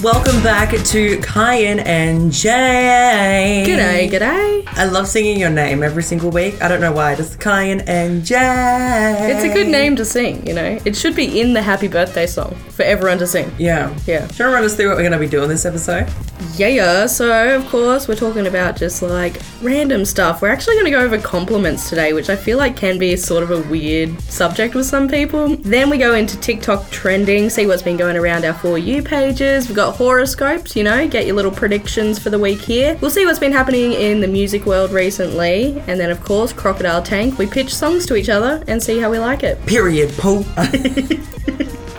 Welcome back to Kyan and Jay. G'day, g'day. I love singing your name every single week. I don't know why. Just Kyan and Jay. It's a good name to sing, you know. It should be in the happy birthday song for everyone to sing. Yeah. Yeah. Do you want to run us through what we're going to be doing this episode? Yeah, yeah. So, of course, we're talking about just like random stuff. We're actually going to go over compliments today, which I feel like can be sort of a weird subject with some people. Then we go into TikTok trending, see what's been going around our For You pages. We've got horoscopes, you know, get your little predictions for the week here. We'll see what's been happening in the music world recently. And then, of course, Crocodile Tank. We pitch songs to each other and see how we like it. Period. Paul.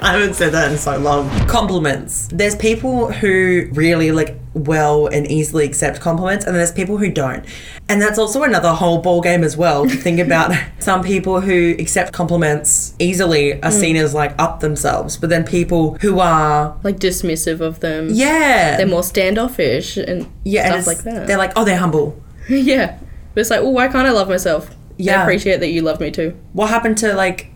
I haven't said that in so long. Compliments. There's people who really like well and easily accept compliments, and there's people who don't. And that's also another whole ball game as well. To think about some people who accept compliments easily are Mm. seen as like up themselves, but then people who are Like, dismissive of them. yeah They're more standoffish and yeah and stuff like it's- that. They're like oh they're humble. Yeah. But it's like, well, why can't I love myself? Yeah. I appreciate that you love me too. What happened to like?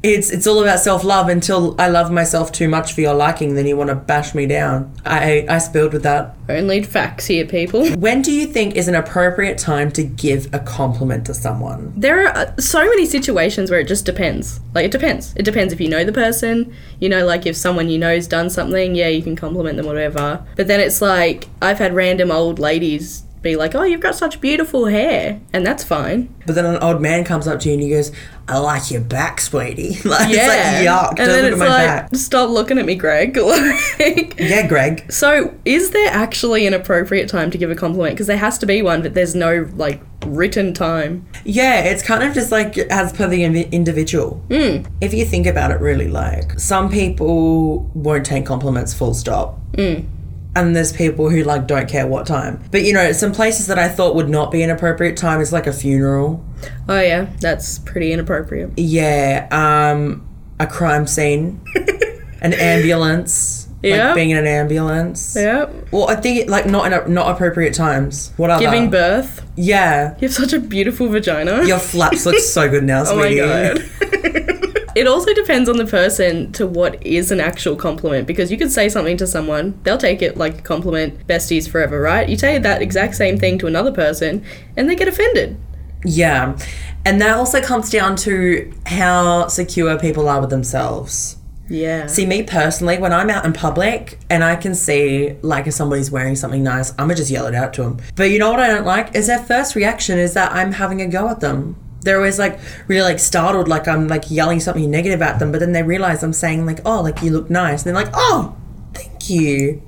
It's it's all about self love until I love myself too much for your liking, then you want to bash me down. I I spilled with that. Only facts here, people. When do you think is an appropriate time to give a compliment to someone? There are uh, so many situations where it just depends. Like, it depends. It depends if you know the person. You know, like, if someone you know's done something, yeah, you can compliment them, whatever. But then it's like, I've had random old ladies be like, oh, you've got such beautiful hair. And that's fine. But then an old man comes up to you and he goes, I like your back, sweetie. Like, Yeah. It's like, yuck, And don't then look at it's my like, back. stop looking at me, Greg. like, Yeah, Greg. So, is there actually an appropriate time to give a compliment? Because there has to be one, but there's no like written time. Yeah, it's kind of just like as per the invi- individual. Hmm. Mm. If you think about it, really, like, some people won't take compliments full stop. Hmm. And there's people who, like, don't care what time. But, you know, some places that I thought would not be an appropriate time is like a funeral. Oh yeah, that's pretty inappropriate. Yeah, um, a crime scene, an ambulance, Yeah. like being in an ambulance. Yeah, Well, I think like not in a, not appropriate times. What other? giving birth. Yeah, You have such a beautiful vagina. Uh. your flaps look so good now, oh my sweetie. god. It also depends on the person to what is an actual compliment because you could say something to someone, they'll take it like a compliment, besties forever, right? You say that exact same thing to another person and they get offended. Yeah, and that also comes down to how secure people are with themselves. Yeah. See, me personally, when I'm out in public and I can see, like, if somebody's wearing something nice, I'm gonna just yell it out to them. But you know what I don't like? Is their first reaction is that I'm having a go at them. They're always like really like startled, like I'm like yelling something negative at them, but then they realize I'm saying like, oh, like you look nice, and they're like, oh, thank you.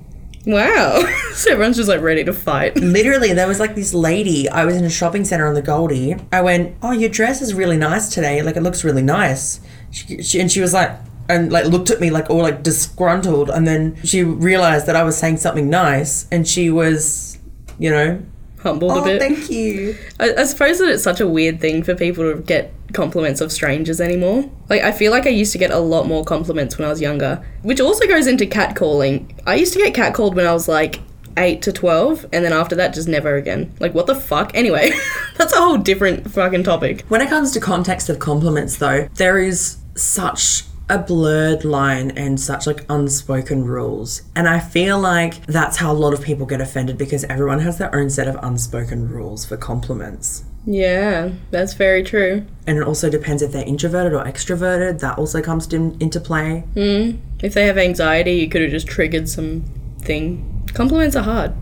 wow. so everyone's just like ready to fight. Literally, there was like this lady. I was in a shopping center on the Goldie. I went, "Oh, your dress is really nice today. Like, it looks really nice." She, she, and she was like, and like looked at me like all like disgruntled, and then she realized that I was saying something nice, and she was, you know, Humbled "Oh, a bit. thank you." I, I suppose that it's such a weird thing for people to get compliments of strangers anymore. Like, I feel like I used to get a lot more compliments when I was younger, which also goes into catcalling. I used to get catcalled when I was like 8 to 12, and then after that, just never again. Like, what the fuck? Anyway, that's a whole different fucking topic. When it comes to context of compliments, though, there is such a blurred line and such like unspoken rules. And I feel like that's how a lot of people get offended because everyone has their own set of unspoken rules for compliments. Yeah, that's very true. And it also depends if they're introverted or extroverted. That also comes to, into play. If they have anxiety, you could have just triggered some thing. Compliments are hard.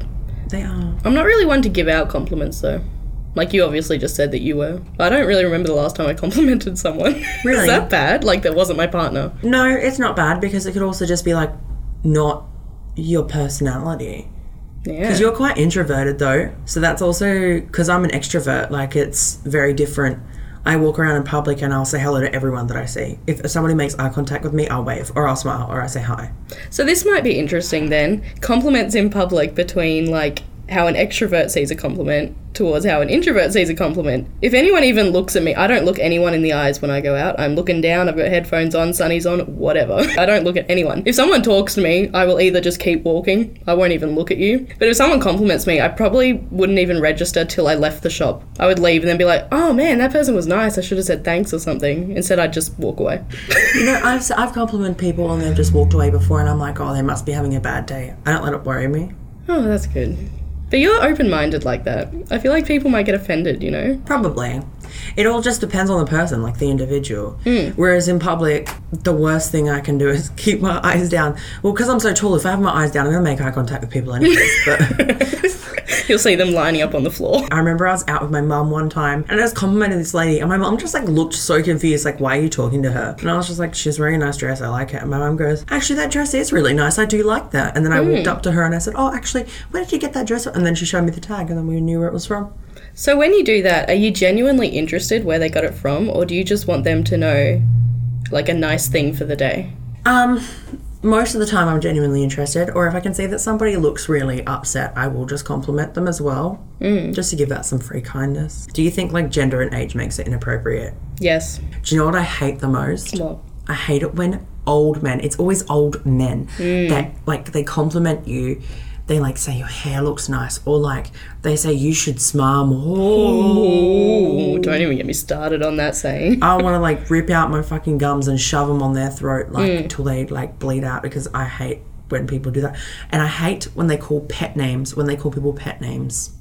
They are. I'm not really one to give out compliments though. Like you obviously just said that you were. I don't really remember the last time I complimented someone. Really? Is that bad? Like that wasn't my partner. No, it's not bad because it could also just be like not your personality. Yeah. You're quite introverted though, so that's also because I'm an extrovert. Like it's very different. I walk around in public and I'll say hello to everyone that I see. If somebody makes eye contact with me, I'll wave or I'll smile or I say hi. So this might be interesting then. Compliments in public between like how an extrovert sees a compliment towards how an introvert sees a compliment. If anyone even looks at me, I don't look anyone in the eyes when I go out. I'm looking down, I've got headphones on, sunnies on, whatever. I don't look at anyone. If someone talks to me, I will either just keep walking, I won't even look at you. But if someone compliments me, I probably wouldn't even register till I left the shop. I would leave and then be like, oh man, that person was nice, I should have said thanks or something. Instead, I'd just walk away. You know, I've, s- I've complimented people and they've just walked away before, and I'm like, oh, they must be having a bad day. I don't let it worry me. Oh, that's good. But you're open minded like that. I feel like people might get offended, you know? Probably. It all just depends on the person, like the individual. Whereas in public, the worst thing I can do is keep my eyes down. Well, because I'm so tall, if I have my eyes down, I'm going to make eye contact with people anyways. But You'll see them lining up on the floor. I remember I was out with my mum one time and I was complimenting this lady, and my mum just like looked so confused, like, why are you talking to her? And I was just like, she's wearing a nice dress, I like it. And my mum goes, actually, that dress is really nice, I do like that. And then I walked up to her and I said, oh, actually, where did you get that dress? from?" And then she showed me the tag, and then we knew where it was from. So when you do that, are you genuinely interested where they got it from, or do you just want them to know like a nice thing for the day? Um, most of the time, I'm genuinely interested, or if I can see that somebody looks really upset, I will just compliment them as well, mm. just to give out some free kindness. Do you think like gender and age makes it inappropriate? Yes. Do you know what I hate the most? Well, I hate it when old men. It's always old men that like they compliment you. They like say your hair looks nice, or like they say you should smile more. ooh, don't even get me started on that saying. I want to like rip out my fucking gums and shove them on their throat like till they like bleed out because I hate when people do that. And I hate when they call pet names, when they call people pet names.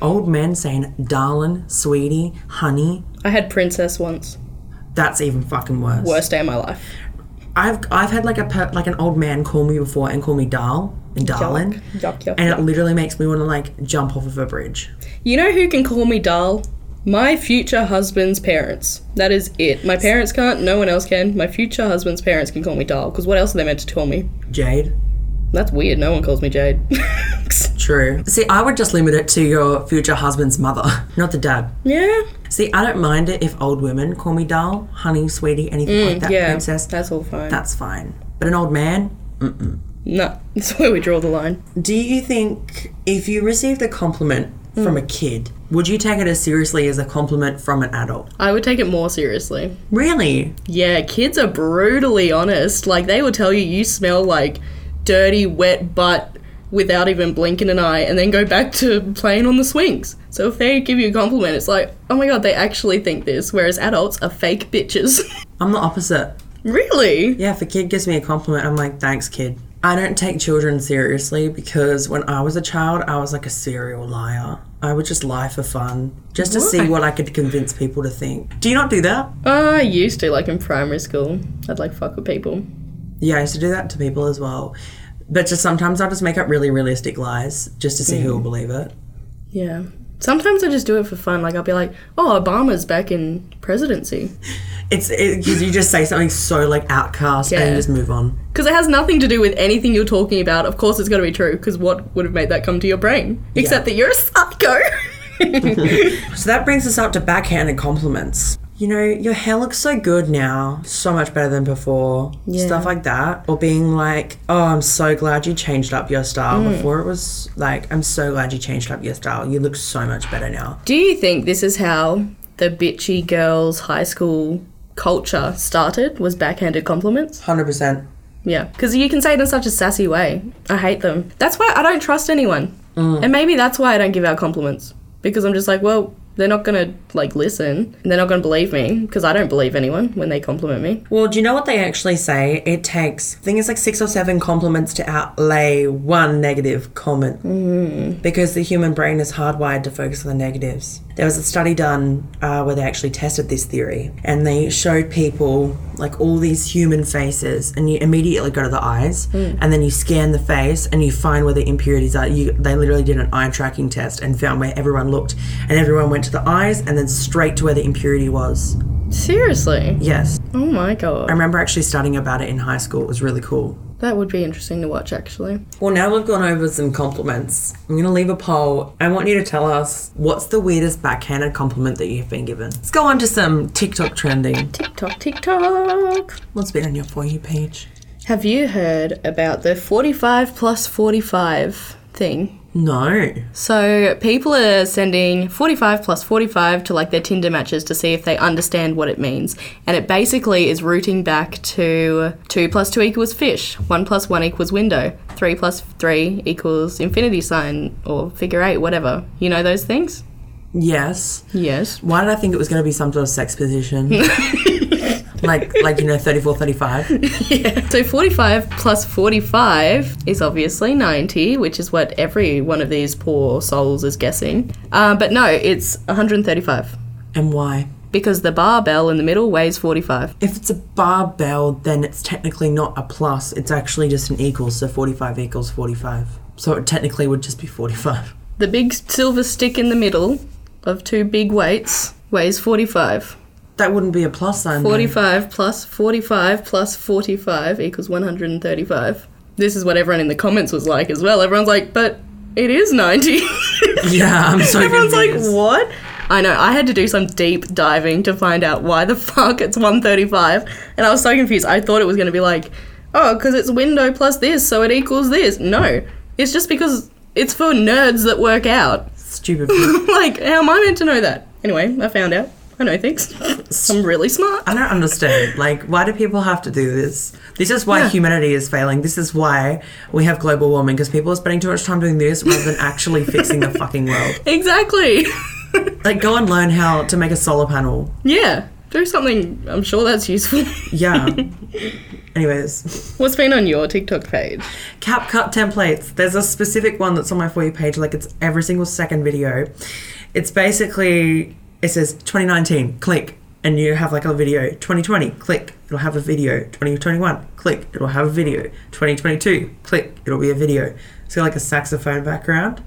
Old men saying darling, sweetie, honey, I had princess once. that's even fucking worse. Worst day of my life. I've I've had like a per, like an old man call me before and call me darl and darling. Yuck, yuck. And it literally makes me want to like jump off of a bridge. You know who can call me doll? My future husband's parents. That is it. My parents can't. No one else can. My future husband's parents can call me doll. Because what else are they meant to call me? Jade. That's weird. No one calls me Jade. True. See, I would just limit it to your future husband's mother, not the dad. yeah. See, I don't mind it if old women call me doll, honey, sweetie, anything like Mm, that, yeah. princess. That's all fine. That's fine. But an old man? no. That's where we draw the line. Do you think if you received a compliment from a kid, would you take it as seriously as a compliment from an adult? I would take it more seriously. Really? Yeah, kids are brutally honest. Like, they will tell you you smell like dirty, wet butt without even blinking an eye, and then go back to playing on the swings. So, if they give you a compliment, it's like, oh my god, they actually think this, whereas adults are fake bitches. I'm the opposite. really? Yeah, if a kid gives me a compliment, I'm like, thanks, kid. I don't take children seriously because when I was a child, I was like a serial liar. I would just lie for fun, just to see what I could convince people to think. Do you not do that? I used to, like, in primary school. I'd, like, fuck with people. Yeah, I used to do that to people as well. But just sometimes I'll just make up really realistic lies just to see who will believe it. Yeah. Sometimes I just do it for fun. Like, I'll be like, oh, Obama's back in presidency. It's because you just say something so like outcast and Yeah. you just move on. Because it has nothing to do with anything you're talking about. Of course, it's got to be true. Because what would have made that come to your brain? Except that you're a psycho. So that brings us up to backhanded compliments. You know, your hair looks so good now, so much better than before, stuff like that. Or being like, oh, I'm so glad you changed up your style. Before it was like, I'm so glad you changed up your style. You look so much better now. do you think this is how the bitchy girls' high school culture started? Was backhanded compliments? 100%. Yeah. Because you can say it in such a sassy way. I hate them. That's why I don't trust anyone. And maybe that's why I don't give out compliments. Because I'm just like, well, they're not gonna like listen. And they're not gonna believe me because I don't believe anyone when they compliment me. Well, do you know what they actually say? It takes, I think it's like six or seven compliments to outlay one negative comment because the human brain is hardwired to focus on the negatives. There was a study done uh, where they actually tested this theory and they showed people like all these human faces and you immediately go to the eyes and then you scan the face and you find where the impurities are. You, they literally did an eye tracking test and found where everyone looked and everyone went to the eyes and then straight to where the impurity was. Seriously. Yes. Oh my god. I remember actually studying about it in high school. It was really cool. That would be interesting to watch actually. Well, now we've gone over some compliments. I'm going to leave a poll. I want you to tell us what's the weirdest backhanded compliment that you've been given. Let's go on to some TikTok trending. TikTok, TikTok. What's been on your For You page? Have you heard about the 45 plus 45 thing? No. So people are sending 45 plus 45 to like their Tinder matches to see if they understand what it means. And it basically is rooting back to 2 plus 2 equals fish, 1 plus 1 equals window, 3 plus 3 equals infinity sign or figure 8, whatever. You know those things? Yes. Yes. Why did I think it was going to be some sort of sex position? like, like you know, 34, 35. So 45 plus 45 is obviously 90, which is what every one of these poor souls is guessing. Uh, but no, it's 135 And why? because the barbell in the middle weighs 45. If it's a barbell, then it's technically not a plus. It's actually just an equal. So 45 equals 45. So it technically would just be 45. The big silver stick in the middle of two big weights weighs 45. That wouldn't be a plus sign. though. 45 plus 45 plus 45 equals 135. This is what everyone in the comments was like as well. Everyone's like, but it is 90. Yeah, I'm so Everyone's confused. like, what? I know, I had to do some deep diving to find out why the fuck it's 135. And I was so confused. I thought it was going to be like, oh, because it's window plus this, so it equals this. No, it's just because it's for nerds that work out. Stupid. people. like, how am I meant to know that? Anyway, I found out. I know things. I'm really smart. I don't understand. Like, why do people have to do this? This is why Yeah. humanity is failing. This is why we have global warming because people are spending too much time doing this rather than actually fixing the fucking world. Exactly. Like, go and learn how to make a solar panel. yeah. Do something. I'm sure that's useful. Yeah. Anyways. What's been on your TikTok page? CapCut templates. There's a specific one that's on my For You page, like it's every single second video. It's basically, it says 2019, click, and you have like a video. 2020, click, it'll have a video. 2021, click, it'll have a video. 2022, click, it'll be a video. It's got like a saxophone background.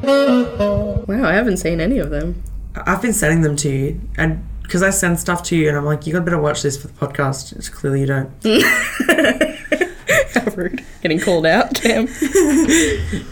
Wow, I haven't seen any of them. I've been sending them to you, and because I send stuff to you, and I'm like, you got better watch this for the podcast. It's clearly you don't. How rude. Getting called out, damn.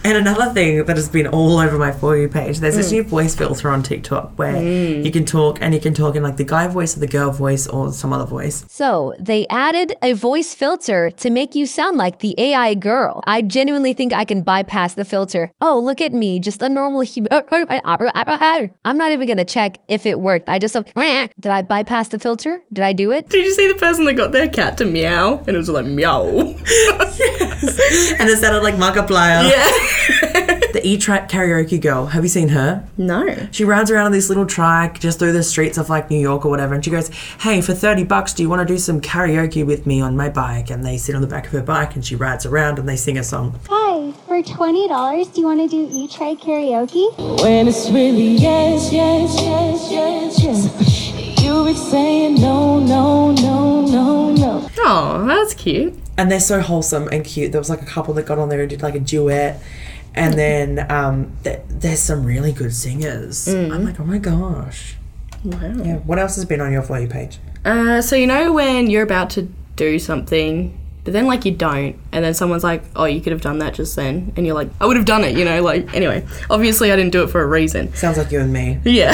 And another thing that has been all over my For You page, there's this new voice filter on TikTok where you can talk and you can talk in like the guy voice or the girl voice or some other voice. So they added a voice filter to make you sound like the AI girl. I genuinely think I can bypass the filter. Oh, look at me, just a normal human. I'm not even gonna check if it worked. I just did I bypass the filter? Did I do it? Did you see the person that got their cat to meow? And it was like, meow. And it sounded like Markiplier. Yeah. The E Track karaoke girl, have you seen her? No. She runs around on this little track just through the streets of like New York or whatever, and she goes, Hey, for 30 bucks, do you want to do some karaoke with me on my bike? And they sit on the back of her bike and she rides around and they sing a song. Hi, for twenty dollars, do you want to do E Try karaoke? When it's really yes, yes, yes, yes, yes. You be saying no, no, no, no, no. Oh, that's cute. and they're so wholesome and cute. There was like a couple that got on there and did like a duet, and then um, th- there's some really good singers. I'm like, oh my gosh. Wow. Yeah. What else has been on your for you page? Uh, so you know when you're about to do something, but then like you don't, and then someone's like, "Oh, you could have done that just then," and you're like, "I would have done it," you know. Like anyway, obviously I didn't do it for a reason. Sounds like you and me. Yeah.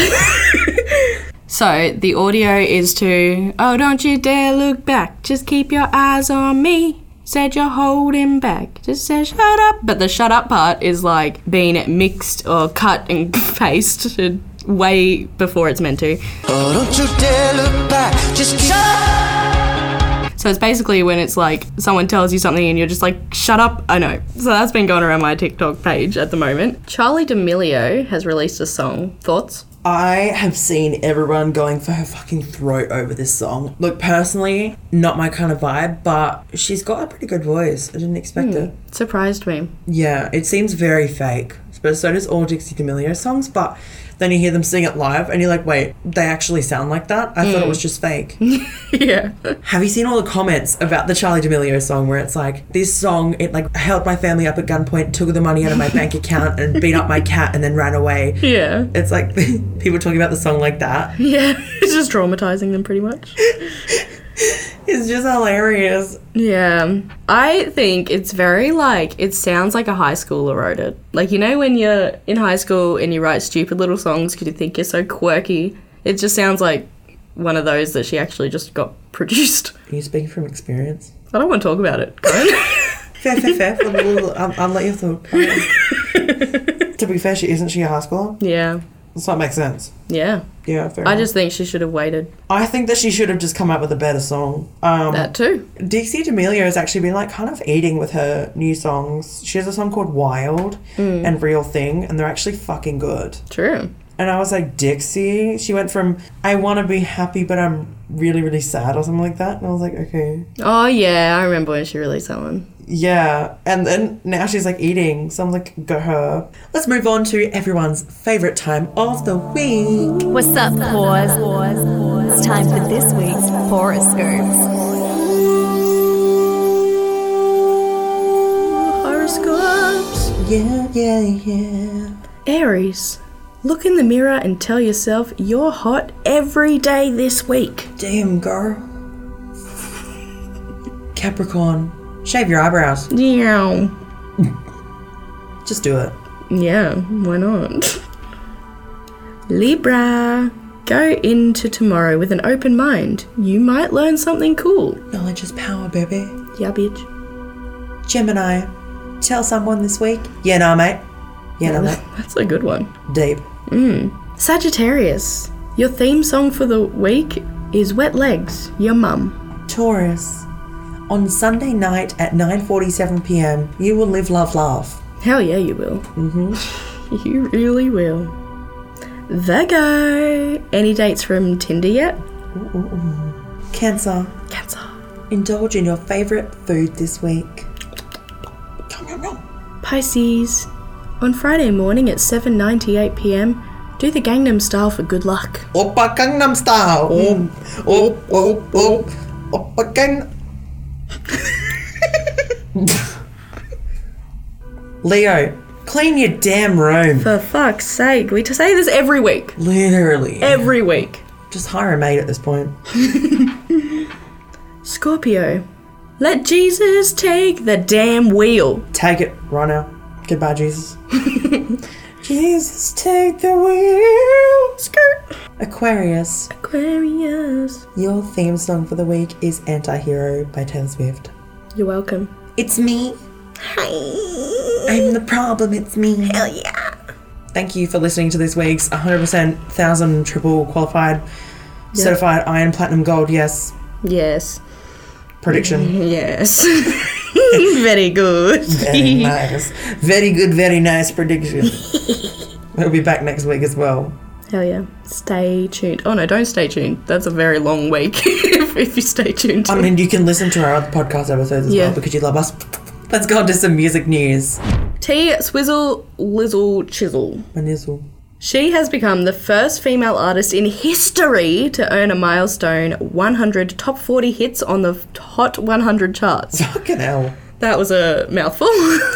so the audio is to, "Oh, don't you dare look back. Just keep your eyes on me." Said you're holding back. Just say shut up. But the shut up part is like being mixed or cut and pasted way before it's meant to. Oh, don't you dare look back. Just keep. So it's basically when it's like someone tells you something and you're just like, shut up, I know. So that's been going around my TikTok page at the moment. Charlie D'Amelio has released a song. Thoughts? I have seen everyone going for her fucking throat over this song. Look, personally, not my kind of vibe, but she's got a pretty good voice. I didn't expect it. Surprised me. Yeah, it seems very fake. But so does all Dixie D'Amelio songs, but then you hear them sing it live and you're like, wait, they actually sound like that? I thought Mm. it was just fake. yeah. Have you seen all the comments about the Charlie D'Amelio song where it's like, this song, it like held my family up at gunpoint, took the money out of my bank account and beat up my cat and then ran away? Yeah. It's like people talking about the song like that. Yeah. it's just traumatizing them pretty much. It's just hilarious. Yeah. I think it's very like, it sounds like a high schooler wrote it. Like, you know, when you're in high school and you write stupid little songs because you think you're so quirky, it just sounds like one of those that she actually just got produced. Are you speaking from experience? I don't want to talk about it. Corinne. Fair, fair, fair. I'll, I'll let you talk. to be fair, she isn't she a high schooler? yeah. Does that make sense? Yeah. Yeah, fair I enough. just think she should have waited. I think that she should have just come up with a better song. Um, That too. Dixie D'Amelio has actually been like kind of eating with her new songs. She has a song called Wild and Real Thing, and they're actually fucking good. True. And I was like, Dixie? She went from, I want to be happy, but I'm really, really sad, or something like that. And I was like, okay. Oh yeah, I remember when she released that one. Yeah. And then now she's like eating. So I'm like, go her. Let's move on to everyone's favorite time of the week. What's up, whores? It's time for this week's horoscopes. Horoscopes. Yeah, yeah, yeah. Aries. Look in the mirror and tell yourself you're hot every day this week. Damn, girl. Capricorn, shave your eyebrows. Yeah. Just do it. Yeah, why not? Libra. Go into tomorrow with an open mind. You might learn something cool. Knowledge is power, baby. Yeah, bitch. Gemini, tell someone this week. Yeah, nah, mate. Yeah, nah, mate. That's a good one. Deep. Sagittarius. Your theme song for the week is Wet Legs, Your Mum. Taurus, on Sunday night at 9:47 p.m., you will live, love, love. Hell yeah, you will. Mm-hmm. you really will. Virgo. Any dates from Tinder yet? Cancer, Cancer. indulge in your favorite food this week. Pisces. On Friday morning at 7:98 p.m., do the Gangnam Style for good luck. Oppa Gangnam Style. Mm. Op, op, op. Oppa Gang. Leo, clean your damn room. For fuck's sake, we say this every week. Literally. Every week. Just hire a maid at this point. Scorpio. Let Jesus take the damn wheel. Take it right now. Goodbye, Jesus. Jesus, take the wheel. Skirt. Aquarius, Aquarius. your theme song for the week is Antihero by Taylor Swift. You're welcome. It's me. Hi. I'm the problem, it's me. Hell yeah. Thank you for listening to this week's 100% 1000 triple qualified certified iron platinum gold yes Yes. prediction. Yes. Very good. Very nice. Very good, very nice prediction. we'll be back next week as well. Hell Oh, yeah. Stay tuned. Oh no, don't stay tuned. That's a very long week if, if you stay tuned. I mean, you can listen to our other podcast episodes as Yeah. well because you love us. Let's go on to some music news. T Swizzle Lizzle Chisel. My nizzle. She has become the first female artist in history to earn a milestone 100 top 40 hits on the Hot 100 charts. Fucking hell. That was a mouthful.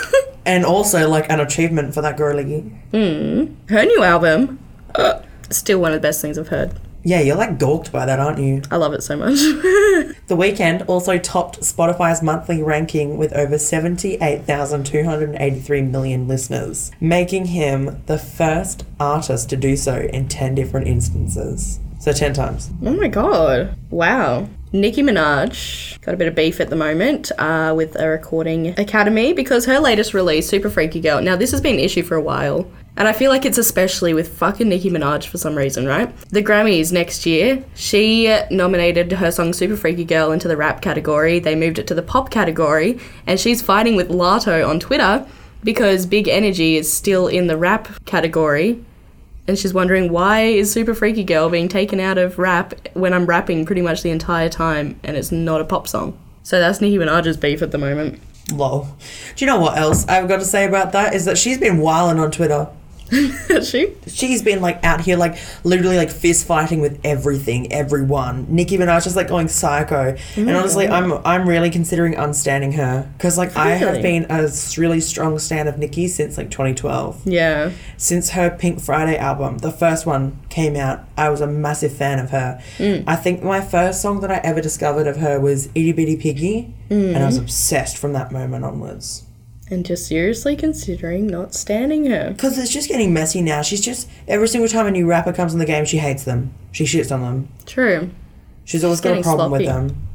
And also, like, an achievement for that girlie. Her new album, uh, still one of the best things I've heard. Yeah, you're like gawked by that, aren't you? I love it so much. The weekend also topped Spotify's monthly ranking with over 78,283 million listeners, making him the first artist to do so in 10 different instances. So 10 times. oh my god. Wow. Nicki Minaj got a bit of beef at the moment uh, with a recording academy because her latest release, Super Freaky Girl, now this has been an issue for a while. And I feel like it's especially with fucking Nicki Minaj for some reason, right? The Grammys next year, she nominated her song Super Freaky Girl into the rap category. They moved it to the pop category. And she's fighting with Lato on Twitter because Big Energy is still in the rap category and she's wondering why is Super Freaky Girl being taken out of rap when I'm rapping pretty much the entire time and it's not a pop song. So that's Nicki Minaj's beef at the moment. Lol. Do you know what else I've got to say about that? Is that she's been wilding on Twitter. she? She's been like out here, like literally, like fist fighting with everything, everyone. Nicki Minaj is like going psycho, and honestly, I'm I'm really considering unstanding her because like I have Really? been a s- really strong stan of Nicki since like 2012, Yeah. since her Pink Friday album, the first one came out. I was a massive fan of her. I think my first song that I ever discovered of her was Itty Bitty Piggy, and I was obsessed from that moment onwards. And just seriously considering not standing her. Because it's just getting messy now. She's just every single time a new rapper comes in the game, she hates them. She shits on them. True. She's always got a getting problem with sloppy. them.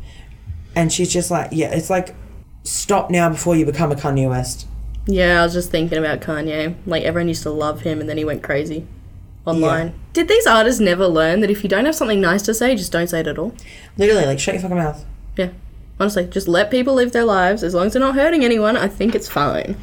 And she's just like, yeah, it's like, stop now before you become a Kanye West. Yeah, I was just thinking about Kanye. Like everyone used to love him, and then he went crazy online. Did these artists never learn that if you don't have something nice to say, just don't say it at all? Literally, like, shut your fucking mouth. Yeah. Honestly, just let people live their lives. As long as they're not hurting anyone, I think it's fine.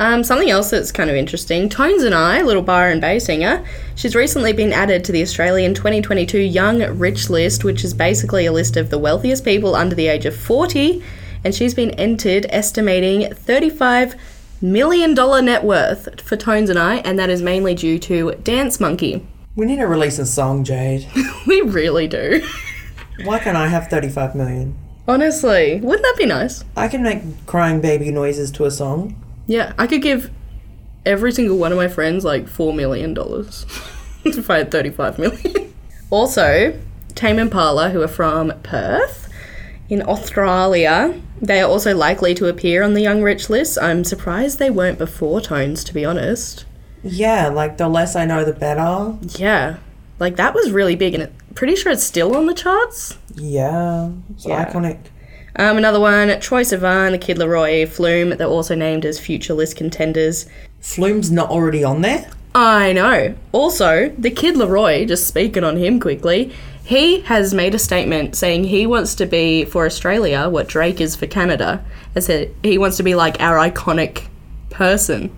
Um, something else that's kind of interesting Tones and I, little bar and bay singer, she's recently been added to the Australian 2022 Young Rich List, which is basically a list of the wealthiest people under the age of 40. And she's been entered estimating $35 million net worth for Tones and I, and that is mainly due to Dance Monkey. We need to release a song, Jade. We really do. Why can't I have 35 million? Honestly, wouldn't that be nice? I can make crying baby noises to a song. Yeah, I could give every single one of my friends like four million dollars if I had thirty-five million. also, Tame Impala, who are from Perth in Australia, they are also likely to appear on the Young Rich list. I'm surprised they weren't before Tones, to be honest. Yeah, like, the less I know, the better. Yeah, like that was really big, and it, pretty sure it's still on the charts. Yeah, it's iconic. Um, another one, Troy Sivan, The Kid Leroy, Flume. They're also named as future list contenders. Flume's not already on there. I know. Also, the kid Leroy, just speaking on him quickly, he has made a statement saying he wants to be for Australia what Drake is for Canada. I said he wants to be like our iconic person.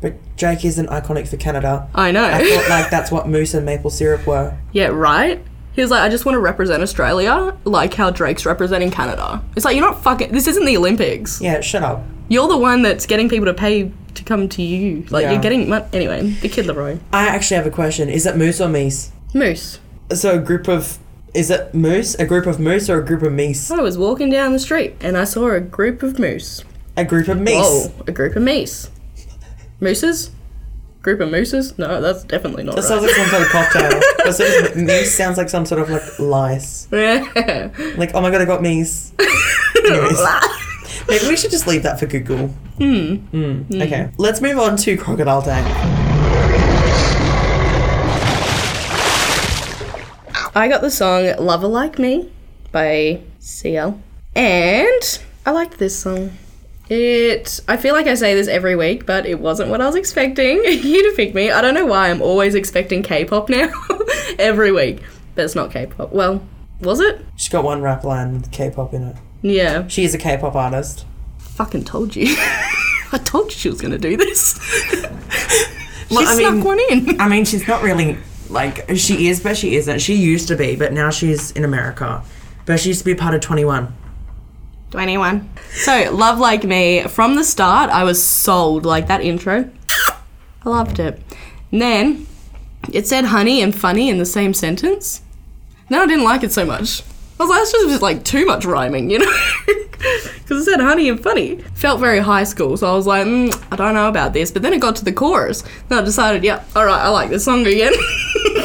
But Jake isn't iconic for Canada. I know. I thought, like, that's what mousse and maple syrup were. yeah, right? He was like, I just want to represent Australia like how Drake's representing Canada. It's like, you're not fucking. This isn't the Olympics. Yeah, shut up. You're the one that's getting people to pay to come to you. Like, Yeah. you're getting. Mon- anyway, the kid Leroy. I actually have a question. Is it moose or meese? Moose. So a group of... Is it moose? A group of moose or a group of meese? I was walking down the street and I saw a group of moose. A group of meese. Oh, a group of meese. Mooses? Group of mooses? No, that's definitely not That sounds like some sort of cocktail. That sounds- meese sounds like some sort of, like, lice. right. Like, oh my god, I got meese. Anyways. Maybe we should just leave that for Google. Hmm. Okay. Let's move on to Crocodile Tank. I got the song Lover Like Me by CL. And I liked this song. It I feel like I say this every week, but it wasn't what I was expecting you to pick me. I don't know why I'm always expecting K-pop now every week, but it's not K-pop. Well, was it? She's got one rap line with K-pop in it. Yeah. She is a K-pop artist. fucking told you. I told you she was going to do this. she Well, I snuck mean- one in. I mean, she's not really like she is, but she isn't. She used to be, but now she's in America. But she used to be part of Twenty One. 21. So, Love Like Me, from the start, I was sold. Like that intro. I loved it. And then it said honey and funny in the same sentence. Now I didn't like it so much. I was like, that's just, just like too much rhyming, you know? Because it said honey and funny. Felt very high school, so I was like, mm, I don't know about this. But then it got to the chorus. Then I decided, yeah, all right, I like this song again.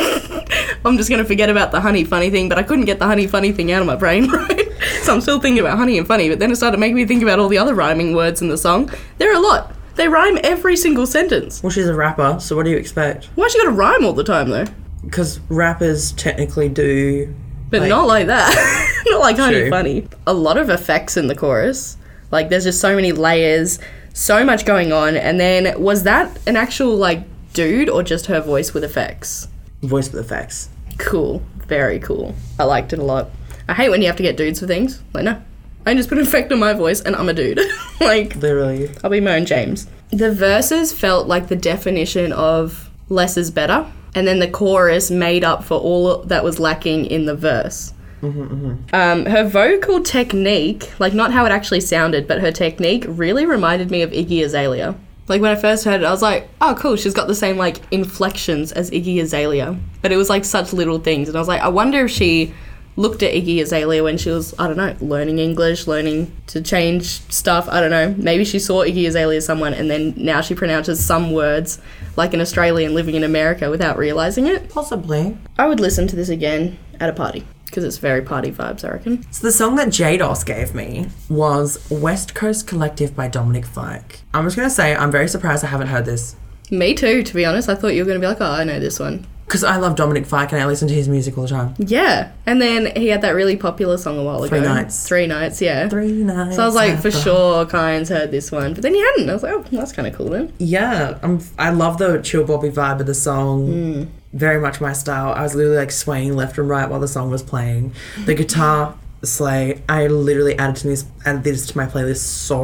I'm just going to forget about the honey funny thing, but I couldn't get the honey funny thing out of my brain, right? so I'm still thinking about honey and funny, but then it started making me think about all the other rhyming words in the song. There are a lot. They rhyme every single sentence. Well, she's a rapper, so what do you expect? Why she got to rhyme all the time though? Because rappers technically do. But not like that. not like Honey True. Funny. A lot of effects in the chorus. Like there's just so many layers, so much going on. And then was that an actual like dude or just her voice with effects? Voice with effects. Cool. Very cool. I liked it a lot. I hate when you have to get dudes for things. Like no. I can just put an effect on my voice and I'm a dude. like Literally. I'll be my own James. The verses felt like the definition of less is better, and then the chorus made up for all that was lacking in the verse. Um, her vocal technique, like not how it actually sounded, but her technique really reminded me of Iggy Azalea. Like when I first heard it, I was like, oh, cool, she's got the same like inflections as Iggy Azalea. But it was like such little things. And I was like, I wonder if she looked at Iggy Azalea when she was, I don't know, learning English, learning to change stuff. I don't know. Maybe she saw Iggy Azalea as someone and then now she pronounces some words like an Australian living in America without realizing it. Possibly. I would listen to this again at a party because it's very party vibes, I reckon. So the song that Jados gave me was West Coast Collective by Dominic Fike. I'm just gonna say I'm very surprised I haven't heard this. Me too, to be honest. I thought you were going to be like, oh, I know this one. Because I love Dominic Fike and I listen to his music all the time. Yeah. And then he had that really popular song a while ago. Three Nights. Three nights, yeah. Three nights. So I was like, for at the- sure, Kynes heard this one. But then he hadn't. I was like, oh, that's kind of cool then. Yeah, I'm, I love the chill Bobby vibe of the song. Very much my style. I was literally like swaying left and right while the song was playing. The guitar slay. I literally added to this added this to my playlist so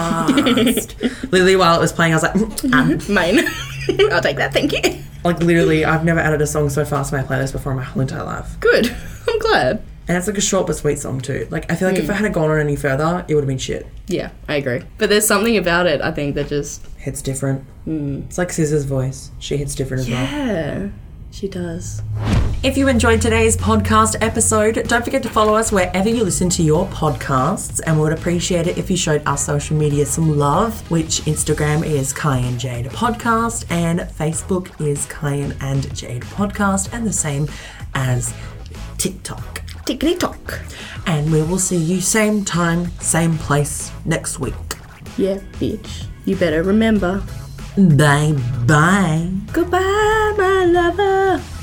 fast. literally while it was playing, I was like, "Mm, add." Mine. I'll take that, thank you. like literally, I've never added a song so fast to my playlist before in my whole entire life. Good. I'm glad. And it's like a short but sweet song too. Like I feel like if I had gone on any further, it would have been shit. Yeah, I agree. But there's something about it, I think, that just. Hits different. It's like Scissor's voice. She hits different as well. Yeah. She does. If you enjoyed today's podcast episode, don't forget to follow us wherever you listen to your podcasts, and we would appreciate it if you showed our social media some love, which Instagram is Kai and Jade Podcast, and Facebook is Kai and Jade Podcast, and the same as TikTok. Tickety tock. And we will see you same time, same place next week. Yeah, bitch. You better remember. Bye bye. Goodbye, my lover.